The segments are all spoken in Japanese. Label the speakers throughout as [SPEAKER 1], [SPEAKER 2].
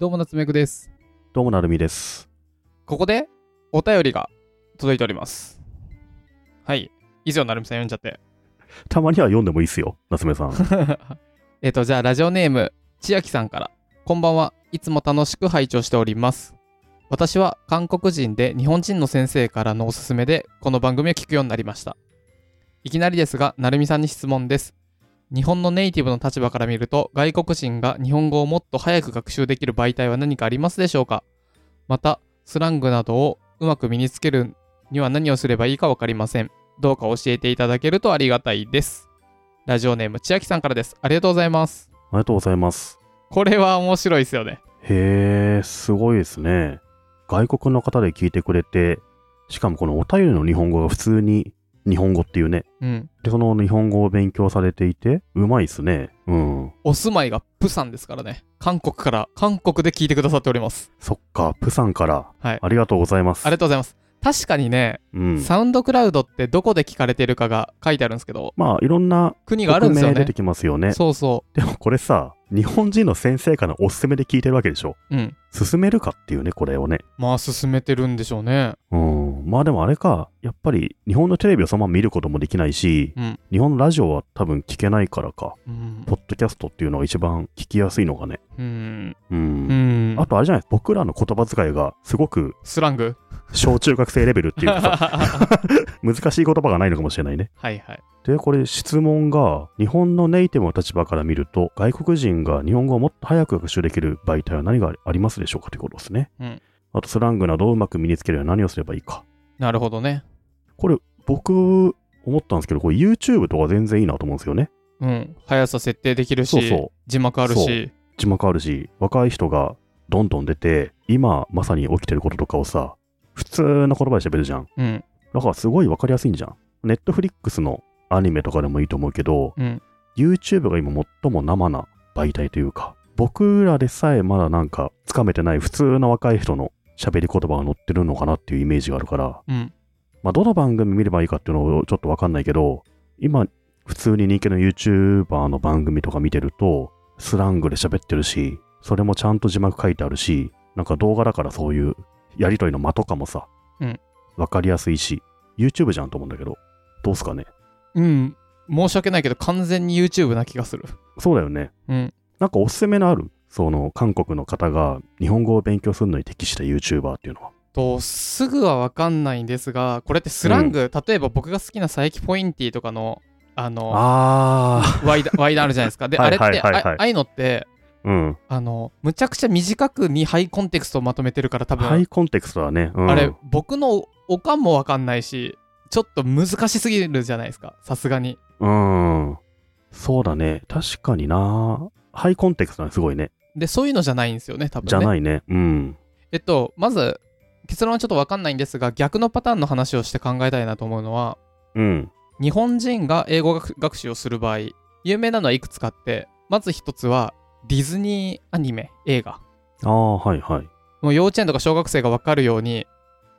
[SPEAKER 1] どうも、夏目くです。
[SPEAKER 2] どうもなるみです。
[SPEAKER 1] ここで、お便りが届いております。はい。以上、なるみさん読んじゃって。
[SPEAKER 2] たまには読んでもいいっすよ、夏目さん。
[SPEAKER 1] えっと、じゃあ、ラジオネーム、千秋さんから。こんばんは。いつも楽しく拝聴しております。私は韓国人で日本人の先生からのおすすめで、この番組を聞くようになりました。いきなりですが、なるみさんに質問です。日本のネイティブの立場から見ると、外国人が日本語をもっと早く学習できる媒体は何かありますでしょうかまた、スラングなどをうまく身につけるには何をすればいいかわかりません。どうか教えていただけるとありがたいです。ラジオネーム、千秋さんからです。ありがとうございます。
[SPEAKER 2] ありがとうございます。
[SPEAKER 1] これは面白いですよね。
[SPEAKER 2] へえ、すごいですね。外国の方で聞いてくれて、しかもこのお便りの日本語が普通に日本語っていうね。
[SPEAKER 1] うん。
[SPEAKER 2] で、その日本語を勉強されていて、うまいっすね。うん。
[SPEAKER 1] お住まいがプサンですからね。韓国から、韓国で聞いてくださっております。
[SPEAKER 2] そっか、プサンから。
[SPEAKER 1] はい。
[SPEAKER 2] ありがとうございます。
[SPEAKER 1] ありがとうございます。確かにね、
[SPEAKER 2] うん。
[SPEAKER 1] サウンドクラウドってどこで聞かれてるかが書いてあるんですけど、
[SPEAKER 2] まあ、いろんな
[SPEAKER 1] 国がある
[SPEAKER 2] 国
[SPEAKER 1] んですよ
[SPEAKER 2] 名
[SPEAKER 1] ね
[SPEAKER 2] 出。てきますよね。
[SPEAKER 1] そうそ
[SPEAKER 2] でもこれさ、日本人の先生からのおすすめで聞いてるわけでしょ。
[SPEAKER 1] う。うん。
[SPEAKER 2] 進めるかっていうね、これをね。
[SPEAKER 1] まあ、進めてるんでしょうね。
[SPEAKER 2] うん、まあでもあれか、やっぱり日本のテレビをそのまま見ることもできないし、
[SPEAKER 1] うん
[SPEAKER 2] 日本のラジオは多分聞けないからか、
[SPEAKER 1] うん。
[SPEAKER 2] ポッドキャストっていうのが一番聞きやすいのがね。
[SPEAKER 1] うん。
[SPEAKER 2] うん。
[SPEAKER 1] うん。
[SPEAKER 2] あとあれじゃない、僕らの言葉遣いがすごく
[SPEAKER 1] スラン グ
[SPEAKER 2] 小中学生レベルっていう かさ
[SPEAKER 1] は
[SPEAKER 2] 難しい言葉がないのかもしれないね。
[SPEAKER 1] いはい。
[SPEAKER 2] で、これ質問が、日本のネイティブの立場から見ると、外国人が日本語をもっと早く学習できる媒体は何がありますでしょうかということですね。
[SPEAKER 1] うん
[SPEAKER 2] あと、スラングなどをうまく身につけるには何をすればいいか。
[SPEAKER 1] なるほどね。
[SPEAKER 2] これ、僕、思ったんですけど、これ YouTube とか全然いいなと思うんですよね。
[SPEAKER 1] うん。速さ設定できるし、
[SPEAKER 2] そうそう。
[SPEAKER 1] 字幕あるし。
[SPEAKER 2] 字幕あるし、若い人がどんどん出て、今まさに起きてることとかをさ、普通の言葉で喋るじゃん。
[SPEAKER 1] うん。
[SPEAKER 2] だからすごいわかりやすいんじゃん。Netflix のアニメとかでもいいと思うけど、
[SPEAKER 1] うん。
[SPEAKER 2] YouTube が今最も生な媒体というか、僕らでさえまだなんかつかめてない普通の若い人の喋り言葉が載ってるのかなっていうイメージがあるから、
[SPEAKER 1] うん。
[SPEAKER 2] まあ、どの番組見ればいいかっていうのをちょっとわかんないけど、今、普通に人気の YouTuber の番組とか見てると、スラングで喋ってるし、それもちゃんと字幕書いてあるし、なんか動画だからそういうやりとりの間とかもさ、
[SPEAKER 1] うん
[SPEAKER 2] わかりやすいし、YouTube じゃんと思うんだけど、どうすかね。
[SPEAKER 1] うん。申し訳ないけど、完全に YouTube な気がする。
[SPEAKER 2] そうだよね。
[SPEAKER 1] うん。
[SPEAKER 2] なんかおすすめのあるその韓国の方が日本語を勉強するのに適した YouTuber っていうのは。
[SPEAKER 1] と、すぐはわかんないんですが、これってスラング、例えば僕が好きな佐伯ポインティとかの、あの、
[SPEAKER 2] あ
[SPEAKER 1] ワイダワイダンあるじゃないですか。で、
[SPEAKER 2] は
[SPEAKER 1] あれ
[SPEAKER 2] い
[SPEAKER 1] って、あ
[SPEAKER 2] はいはいはい
[SPEAKER 1] ああいうのって、
[SPEAKER 2] ー。うん。
[SPEAKER 1] あの、むちゃくちゃ短くにハイコンテクストをまとめてるから、多分、
[SPEAKER 2] ハイコンテクストだね。うん
[SPEAKER 1] あれ、僕のおおかんもわかんないし、ちょっと難しすぎるじゃないですか、さすがに。
[SPEAKER 2] うん。そうだね。確かにな。ハイコンテクストだね、すごいね。
[SPEAKER 1] で、そういうのじゃないんですよね、多分ね。
[SPEAKER 2] じゃないね。うん。
[SPEAKER 1] えっと、まず、結論はちょっとわかんないんですが、逆のパターンの話をして考えたいなと思うのは、
[SPEAKER 2] うん。
[SPEAKER 1] 日本人が英語学学習をする場合、有名なのはいくつかあって、まず一つは、ディズニーアニメ、映画。
[SPEAKER 2] ああ、はいはい。
[SPEAKER 1] もう幼稚園とか小学生がわかるように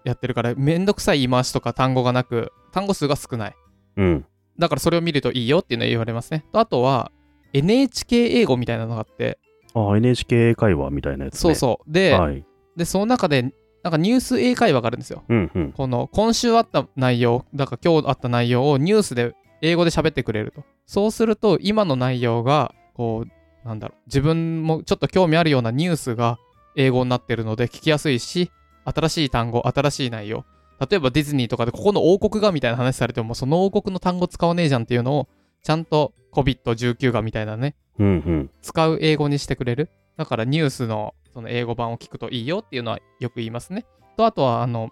[SPEAKER 1] やってるから、めんどくさい言い回しとか単語がなく、単語数が少ない。
[SPEAKER 2] うん。
[SPEAKER 1] だからそれを見るといいよっていうのは言われますね。とあとは NHK 英語みたいなのがあって、
[SPEAKER 2] ああ、NHK 会話みたいなやつ、ね。
[SPEAKER 1] そうそう。で、
[SPEAKER 2] はい。
[SPEAKER 1] でその中でなんかニュース英会話があるんですよ。
[SPEAKER 2] うんうん。
[SPEAKER 1] この今週あった内容、だから今日あった内容をニュースで英語で喋ってくれると。そうすると今の内容がこうなんだろう自分もちょっと興味あるようなニュースが英語になってるので聞きやすいし、新しい単語、新しい内容。例えばディズニーとかでここの王国がみたいな話されてもその王国の単語使わねえじゃんっていうのをちゃんと COVID-19 がみたいなね
[SPEAKER 2] うんうん。
[SPEAKER 1] 使う英語にしてくれる。だからニュースのその英語版を聞くといいよっていうのはよく言いますね。と、あとは、あの、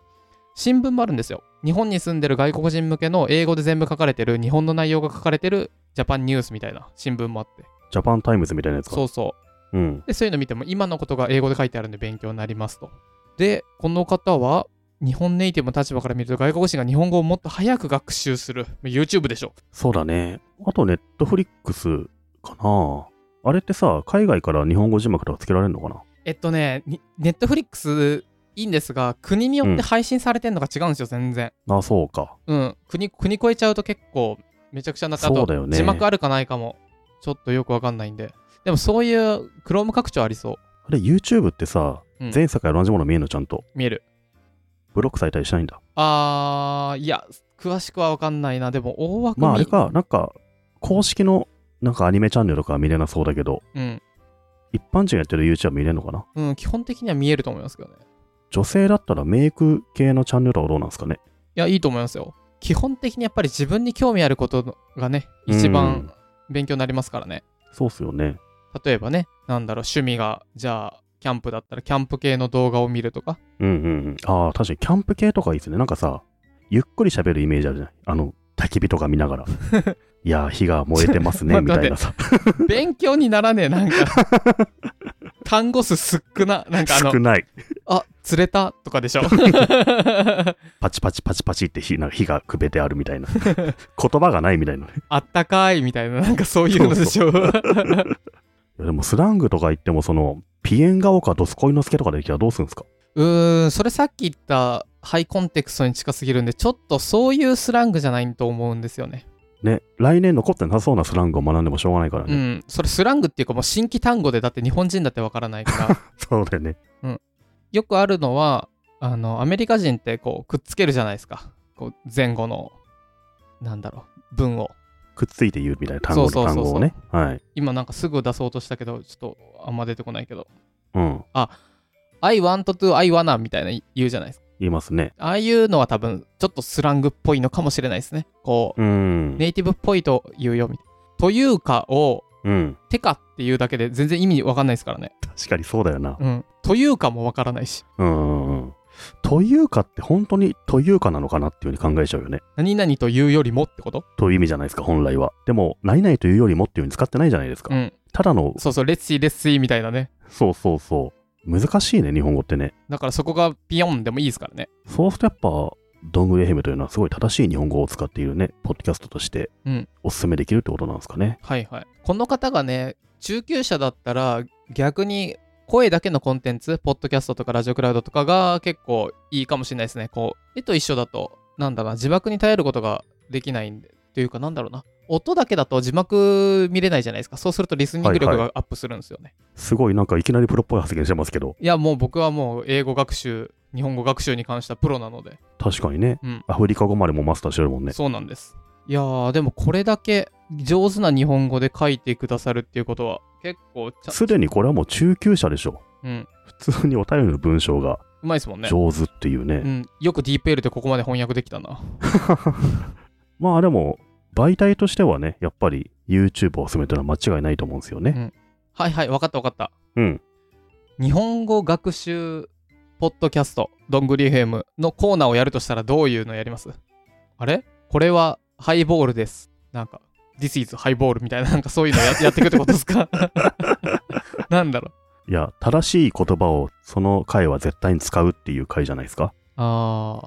[SPEAKER 1] 新聞もあるんですよ。日本に住んでる外国人向けの英語で全部書かれてる、日本の内容が書かれてるジャパンニュースみたいな新聞もあって。
[SPEAKER 2] ジャパンタイムズみたいなやつか。
[SPEAKER 1] そうそう。
[SPEAKER 2] う。ん。
[SPEAKER 1] で、そういうの見ても、今のことが英語で書いてあるんで勉強になりますと。で、この方は、日本ネイティブの立場から見ると、外国人が日本語をもっと早く学習する。YouTube でしょ。
[SPEAKER 2] そうだね。あと、ネットフリックスかな。あれってさ、海外から日本語字幕とかつけられるのかな
[SPEAKER 1] えっとね、ネットフリックスいいんですが、国によって配信されてるのが違うんですよ、全然。
[SPEAKER 2] あ、そうか。
[SPEAKER 1] うん、国国越えちゃうと結構めちゃくちゃなか
[SPEAKER 2] そう
[SPEAKER 1] と
[SPEAKER 2] だよね
[SPEAKER 1] 字幕あるかないかもちょっとよくわかんないんででもそういうクローム拡張ありそう
[SPEAKER 2] あれ、YouTube ってさ、
[SPEAKER 1] うん
[SPEAKER 2] 前作から同じもの見えるの、ちゃんと。
[SPEAKER 1] 見える。
[SPEAKER 2] ブロックされたりしないんだ。
[SPEAKER 1] あー、いや、詳しくは分かんないな。でも、大枠に、
[SPEAKER 2] まあ、あれか、なんか、公式の、なんかアニメチャンネルとかは見れなそうだけど、
[SPEAKER 1] うん。
[SPEAKER 2] 一般人がやってる YouTube は見れるのかな
[SPEAKER 1] うん、基本的には見えると思いますけどね。
[SPEAKER 2] 女性だったらメイク系のチャンネルはどうなんですかね
[SPEAKER 1] いや、いいと思いますよ。基本的にやっぱり自分に興味あることがね、一番勉強になりますからね。
[SPEAKER 2] そうっすよね。
[SPEAKER 1] 例えばね、なんだろう、趣味が、じゃあ、キャンプだったら、キャンプ系の動画を見るとか。
[SPEAKER 2] うんうんうん。ああ、確かにキャンプ系とかいいですね。なんかさ、ゆっくり喋るイメージあるじゃないあの、焚き火とか見 ながら。いやー、火が燃えてますね、
[SPEAKER 1] 待
[SPEAKER 2] み
[SPEAKER 1] って
[SPEAKER 2] たいなさ。
[SPEAKER 1] 勉強にならねえ、なんか。単語数少な、なんかあの
[SPEAKER 2] 少、ない。
[SPEAKER 1] あ、釣れたとか でしょ。
[SPEAKER 2] パチパチパチパチって火なんか火がくべてあるみ たいな。言葉がないみたいなね。
[SPEAKER 1] あったかいみたいな、なんかそういうのでしょ。
[SPEAKER 2] いやでもスラングとか言っても、その、ピエンガオかドスコイノスケとかできたらどうするんですか
[SPEAKER 1] うーん、それさっき言ったハイコンテクストに近すぎるんで、ちょっとそういうスラングじゃないと思うんですよね。
[SPEAKER 2] ね、来年残ってなさそうなスラングを学んでもしょうがないから
[SPEAKER 1] う
[SPEAKER 2] ね。
[SPEAKER 1] ん、それスラングっていうかもう新規単語でだって日本人だってわからない から、
[SPEAKER 2] そうだよね。
[SPEAKER 1] よくあるのは、あの、アメリカ人ってこう、くっつけるじゃないですか。こう、前後の、なんだろう、文を。
[SPEAKER 2] くっついて言うみたいな単語
[SPEAKER 1] そ
[SPEAKER 2] と
[SPEAKER 1] うそう
[SPEAKER 2] 単
[SPEAKER 1] そうそう
[SPEAKER 2] 語をね。はい。
[SPEAKER 1] 今なんかすぐ出そうとしたけど、ちょっとあんま出てこないけど、
[SPEAKER 2] うん。
[SPEAKER 1] I want to, I wanna みたいな言うじゃないですか。
[SPEAKER 2] 言いますね。
[SPEAKER 1] ああいうのは多分、ちょっとスラングっぽいのかもしれないですね。こう、
[SPEAKER 2] うん。
[SPEAKER 1] ネイティブっぽいと言うよみたいな。というかを、
[SPEAKER 2] うん。
[SPEAKER 1] てかっていうだけで全然意味わかんないですからね。
[SPEAKER 2] 確かにそうだよな。
[SPEAKER 1] うん。というかもわからないし。
[SPEAKER 2] うんうんうん。というかって本当にというかなのかなっていうふうに考えちゃうよね。
[SPEAKER 1] 何々というよりもってこと
[SPEAKER 2] という意味じゃないですか、本来は。でも、何々というよりもっていうふうに使ってないじゃないですか。
[SPEAKER 1] うん。
[SPEAKER 2] ただの、
[SPEAKER 1] そうそう、レッシーレッシーみたいなね。
[SPEAKER 2] そうそうそう。難しいね、日本語ってね。
[SPEAKER 1] だからそこがピヨンでもいいですからね。
[SPEAKER 2] そうするとやっぱ、ドングレヘムというのはすごい正しい日本語を使っているね、ポッドキャストとして
[SPEAKER 1] うん、
[SPEAKER 2] おすすめできるってことなんですかね。
[SPEAKER 1] はいはい。この方がね、中級者だったら逆に声だけのコンテンツ、ポッドキャストとかラジオクラウドとかが結構いいかもしれないですね。こう、絵と一緒だと、なんだろうな、字幕に耐えることができないんで、というかなんだろうな。音だけだと字幕見れないじゃないですか。そうするとリスニング力
[SPEAKER 2] はいは
[SPEAKER 1] がアップするんですよね。
[SPEAKER 2] すごいなんかいきなりプロっぽい発言してますけど、
[SPEAKER 1] いや、もう僕はもう英語学習、日本語学習に関してはプロなので、
[SPEAKER 2] 確かにね、
[SPEAKER 1] うん
[SPEAKER 2] アフリカ語までもマスターしてるもんね。
[SPEAKER 1] そうなんです。いやー、でもこれだけ上手な日本語で書いてくださるっていうことは、結構ちゃ、
[SPEAKER 2] すでにこれはもう中級者でしょ。
[SPEAKER 1] うん、
[SPEAKER 2] 普通にお便りの文章が
[SPEAKER 1] うまいですもんね。
[SPEAKER 2] 上手っていうね。
[SPEAKER 1] うん、よく DPL でここまで翻訳できたな。
[SPEAKER 2] まあでも、媒体としてはね、やっぱり YouTube をおすすめというのは間違いないと思うんですよね。
[SPEAKER 1] はいはい、わかったわかった。
[SPEAKER 2] うん。
[SPEAKER 1] 日本語学習ポッドキャスト、どんぐり FM のコーナーをやるとしたらどういうのやりますあれこれはハイボールです。なんか、This is ハイボールみたいな、なんかそういうのややっていくってことですかなんだろう。
[SPEAKER 2] いや、正しい言葉をその回は絶対に使うっていう回じゃないですか。
[SPEAKER 1] あ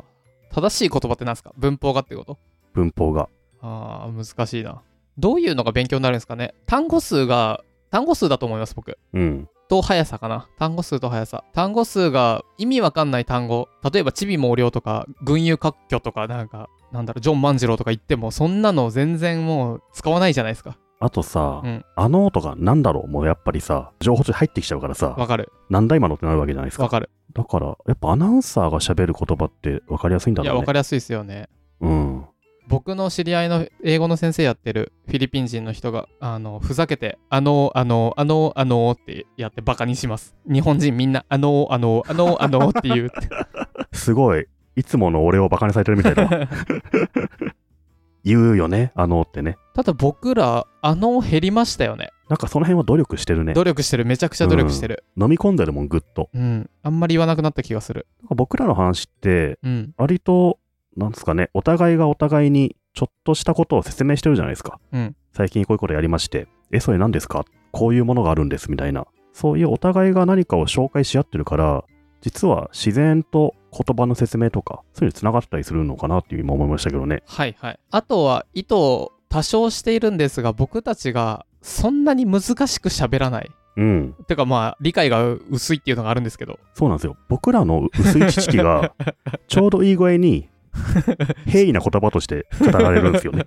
[SPEAKER 1] ー、正しい言葉って何ですか文法がってこと
[SPEAKER 2] 文法が。
[SPEAKER 1] あー、難しいな。どういうのが勉強になるんですかね単語数が、単語数だと思います、僕。
[SPEAKER 2] うん。
[SPEAKER 1] と速さかな単語数と速さ単語数が意味わかんない単語例えば「ちび毛量」とか「群雄割拠」とかなんかなんだろうジョン万次郎とか言ってもそんなの全然もう使わないじゃないですか
[SPEAKER 2] あとさ、
[SPEAKER 1] うん
[SPEAKER 2] あの音がなんだろうもうやっぱりさ、情報中に入ってきちゃうからさ、
[SPEAKER 1] わかる
[SPEAKER 2] なんだ今のってなるわけじゃないです
[SPEAKER 1] わ
[SPEAKER 2] か。
[SPEAKER 1] かる
[SPEAKER 2] だから、やっぱアナウンサーが喋る言葉って分かりやすいんだ
[SPEAKER 1] いや
[SPEAKER 2] ろう
[SPEAKER 1] わ
[SPEAKER 2] ね
[SPEAKER 1] か。りやすいですよね
[SPEAKER 2] うん。
[SPEAKER 1] 僕の知り合いの英語の先生やってるフィリピン人の人があのふざけて「あのあのあのあの」ってやってバカにします日本人みんな「あのあのあのあの」って言うっ て
[SPEAKER 2] すごい、いつもの俺をバカにされてるみたいだわ。言うよね、あのってね。
[SPEAKER 1] ただ僕ら「あの」減りましたよね
[SPEAKER 2] なんかその辺は努力してるね。
[SPEAKER 1] 努力してるめちゃくちゃ努力してる、
[SPEAKER 2] 飲み込んでるもん、ぐっと。
[SPEAKER 1] うん。あんまり言わなくなった気がする。
[SPEAKER 2] なんか僕らの話って、
[SPEAKER 1] うん。
[SPEAKER 2] 割と、なんですかね、お互いがお互いにちょっとしたことを説明してるじゃないですか。
[SPEAKER 1] うん
[SPEAKER 2] 最近こういうことやりまして、え、それ何ですかこういうものがあるんですみたいな。そういうお互いが何かを紹介し合ってるから、実は自然と言葉の説明とか、そういうの繋がったりするのかなっていう今思いましたけどね。
[SPEAKER 1] はいはい。あとは、意図を多少しているんですが、僕たちがそんなに難しく喋らない。
[SPEAKER 2] うん。
[SPEAKER 1] てかまあ、理解が薄いっていうのがあるんですけど。
[SPEAKER 2] そうなんですよ。僕らの薄い知識 が、ちょうどいい具合に、平易な言葉として語られるんですよね。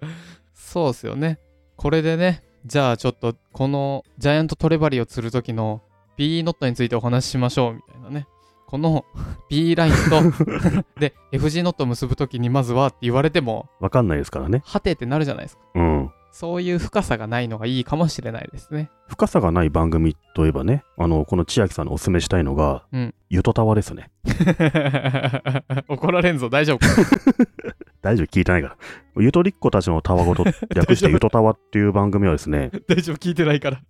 [SPEAKER 1] そうですよね。これでね、じゃあちょっと、このジャイアントトレバリを釣る時の P ノットについてお話ししましょうみたいなね。この P ラインとで FG ノットを結ぶときにまずはって言われても、
[SPEAKER 2] わかんないですからね。
[SPEAKER 1] はてってなるじゃないですか。
[SPEAKER 2] うん。
[SPEAKER 1] そういう深さがないのがいいかもしれないですね。
[SPEAKER 2] 深さがない番組といえばね、あの、この千秋さんのおすすめしたいのが、
[SPEAKER 1] うん
[SPEAKER 2] ゆとたわですね。
[SPEAKER 1] 怒られんぞ、大丈夫か。
[SPEAKER 2] 大丈夫、聞いてないから。ゆとりっ子たちのたわごと、略 してゆとたわっていう番組はですね、
[SPEAKER 1] 大丈夫、聞いてないから。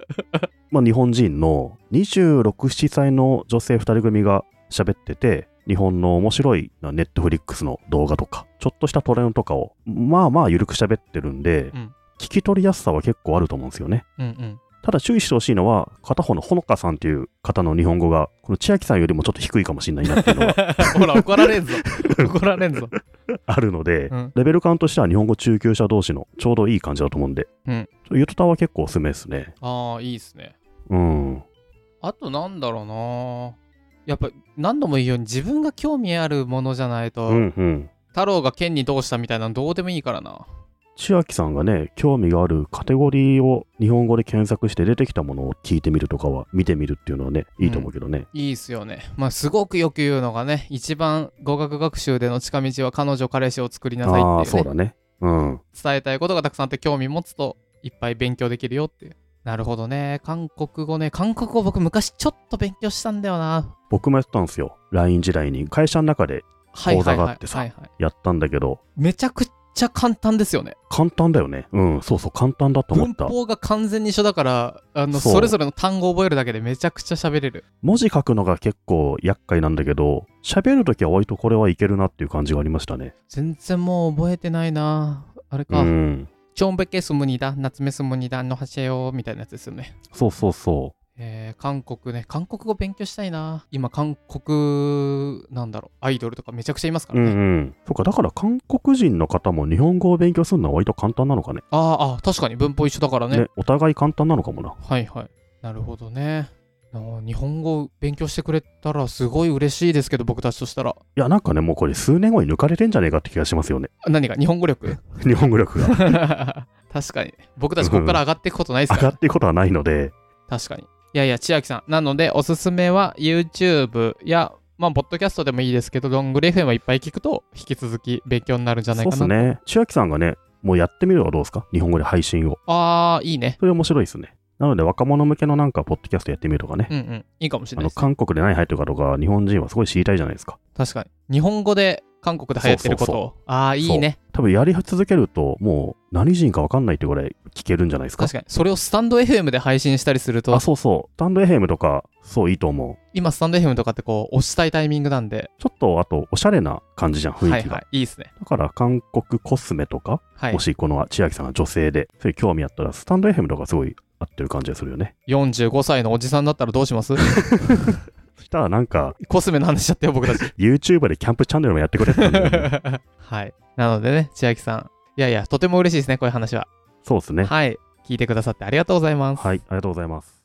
[SPEAKER 2] まあ、日本人の26、7歳の女性2人組が喋ってて、日本の面白いネットフリックスの動画とか、ちょっとしたトレンドとかを、まあまあ緩く喋ってるんで、
[SPEAKER 1] うん
[SPEAKER 2] 聞き取りやすさは結構あると思うんですよね。
[SPEAKER 1] うんうん。
[SPEAKER 2] ただ注意してほしいのは、片方のほのかさんっていう方の日本語が、この千秋さんよりもちょっと低いかもしれないなっていうのが
[SPEAKER 1] ほら、怒られんぞ。 怒られんぞ。
[SPEAKER 2] あるので、
[SPEAKER 1] うん
[SPEAKER 2] レベル感としては日本語中級者同士のちょうどいい感じだと思うんで、
[SPEAKER 1] うん
[SPEAKER 2] ゆとたは結構おすすめですね。
[SPEAKER 1] ああ、いいですね。
[SPEAKER 2] うん。
[SPEAKER 1] あとなんだろうなやっぱ何度も言うように自分が興味あるものじゃないと、
[SPEAKER 2] うんうん。
[SPEAKER 1] 太郎が剣にどうしたみたいなのどうでもいいからな。
[SPEAKER 2] 千秋さんがね、興味があるカテゴリーを日本語で検索して出てきたものを聞いてみるとかは、見てみるっていうのはね、いいと思うけどね。
[SPEAKER 1] いいっすよね。まあすごくよく言うのがね、一番語学学習での近道は彼女彼氏を作りなさい
[SPEAKER 2] ああ、
[SPEAKER 1] ってい,、
[SPEAKER 2] そうう
[SPEAKER 1] ね
[SPEAKER 2] だね。うん。
[SPEAKER 1] 伝えたいことがたくさんあって興味持つといっぱい勉強できるよっていう。なるほどね。韓国語ね。韓国語僕昔ちょっと勉強したんだよな。
[SPEAKER 2] 僕もやったんですよ。LINE 時代に会社の中で
[SPEAKER 1] はいはい
[SPEAKER 2] 講座が
[SPEAKER 1] は
[SPEAKER 2] あ
[SPEAKER 1] い。
[SPEAKER 2] ってさ
[SPEAKER 1] はいはい、
[SPEAKER 2] やったんだけど、
[SPEAKER 1] めちゃくちゃ簡単ですよね。
[SPEAKER 2] 簡単だよね。うん、そうそう、簡単だと思
[SPEAKER 1] 文
[SPEAKER 2] った。
[SPEAKER 1] 法が完全に一緒だからあの
[SPEAKER 2] そ
[SPEAKER 1] そうれぞれの単語を覚えるだけでめちゃくちゃ喋れる
[SPEAKER 2] 文字書くのが結構厄介なんだけど、喋るときは割とこれはいけるなっていう感じがありましたね。
[SPEAKER 1] 全然もう覚えてないなあれ
[SPEAKER 2] う
[SPEAKER 1] か、
[SPEAKER 2] ん。
[SPEAKER 1] チョンベケスムニダ夏目スムニダのハシェヨみたいなやつですよね
[SPEAKER 2] そうそうそ
[SPEAKER 1] えー、韓国ね韓国語勉強したいな今韓国なんだろうアイドルとかめちゃくちゃいますか
[SPEAKER 2] う。う
[SPEAKER 1] ら
[SPEAKER 2] ん
[SPEAKER 1] ね、
[SPEAKER 2] うん。そっか、だから韓国人の方も日本語を勉強するのは割と簡単なのかね。
[SPEAKER 1] あーあー確かに文法一緒だからね
[SPEAKER 2] ね、お互い簡単なのかもな。
[SPEAKER 1] はいはいなるほどねあー日本語勉強してくれたらすごい嬉しいですけど僕たちとしたら
[SPEAKER 2] いや、なんかね、もうこれ数年後に抜かれてんじゃねえかって気がしますよね。
[SPEAKER 1] 何が日本語力
[SPEAKER 2] 日本語力が
[SPEAKER 1] 確かに僕たちここから上がっていくことないです
[SPEAKER 2] 上
[SPEAKER 1] から
[SPEAKER 2] がっていくことはないので、
[SPEAKER 1] 確かに。いやいや、千秋さん。なので、おすすめは YouTube や、まあ、ポッドキャストでもいいですけど、ロングレ FM はいっぱい聞くと、引き続き勉強になるんじゃない
[SPEAKER 2] そう
[SPEAKER 1] か
[SPEAKER 2] で
[SPEAKER 1] な。
[SPEAKER 2] すね。千秋さんがね、もうやってみるのはどうですか日本語で配信を。
[SPEAKER 1] あー、いいね。
[SPEAKER 2] それ面白いですね。なので、若者向けのなんか、ポッドキャストやってみるとかね。
[SPEAKER 1] うんうん。いいかもしれな
[SPEAKER 2] あ
[SPEAKER 1] い
[SPEAKER 2] の
[SPEAKER 1] ですね。
[SPEAKER 2] 韓国で何入ってるかとか、日本人はすごい知りたいじゃないですか。
[SPEAKER 1] 確かに。日本語で韓国で流行ってることを。
[SPEAKER 2] そう
[SPEAKER 1] あー、いいね。
[SPEAKER 2] 多分やり続けると、もう何人か分かんないってぐらい聞けるんじゃないですか。
[SPEAKER 1] 確かに。それをスタンド FM で配信したりすると
[SPEAKER 2] あ、、そうそう。スタンド FM とか、そういいと思う。
[SPEAKER 1] 今、スタンド FM とかってこう、押したいタイミングなんで、
[SPEAKER 2] ちょっと、あと、おしゃれな感じじゃん、雰
[SPEAKER 1] は
[SPEAKER 2] 囲気が。
[SPEAKER 1] いはい。いいですね。
[SPEAKER 2] だから、韓国コスメとか、
[SPEAKER 1] はい
[SPEAKER 2] も。しこの千秋さんが女性で、そういう興味あったら、スタンド FM とかすごい合ってる感じがするよね。
[SPEAKER 1] 45歳のおじさんだったらどうします
[SPEAKER 2] そしたらなんか、
[SPEAKER 1] コスメの話しちゃったよ、僕たち。
[SPEAKER 2] YouTuber でキャンプチャンネルもやってくれって言うんだよ ね
[SPEAKER 1] はい。なのでね、千秋さん。いやいや、とても嬉しいですね、こういう話は。
[SPEAKER 2] そうですね。
[SPEAKER 1] はい。聞いてくださってありがとうございます。
[SPEAKER 2] はい、ありがとうございます。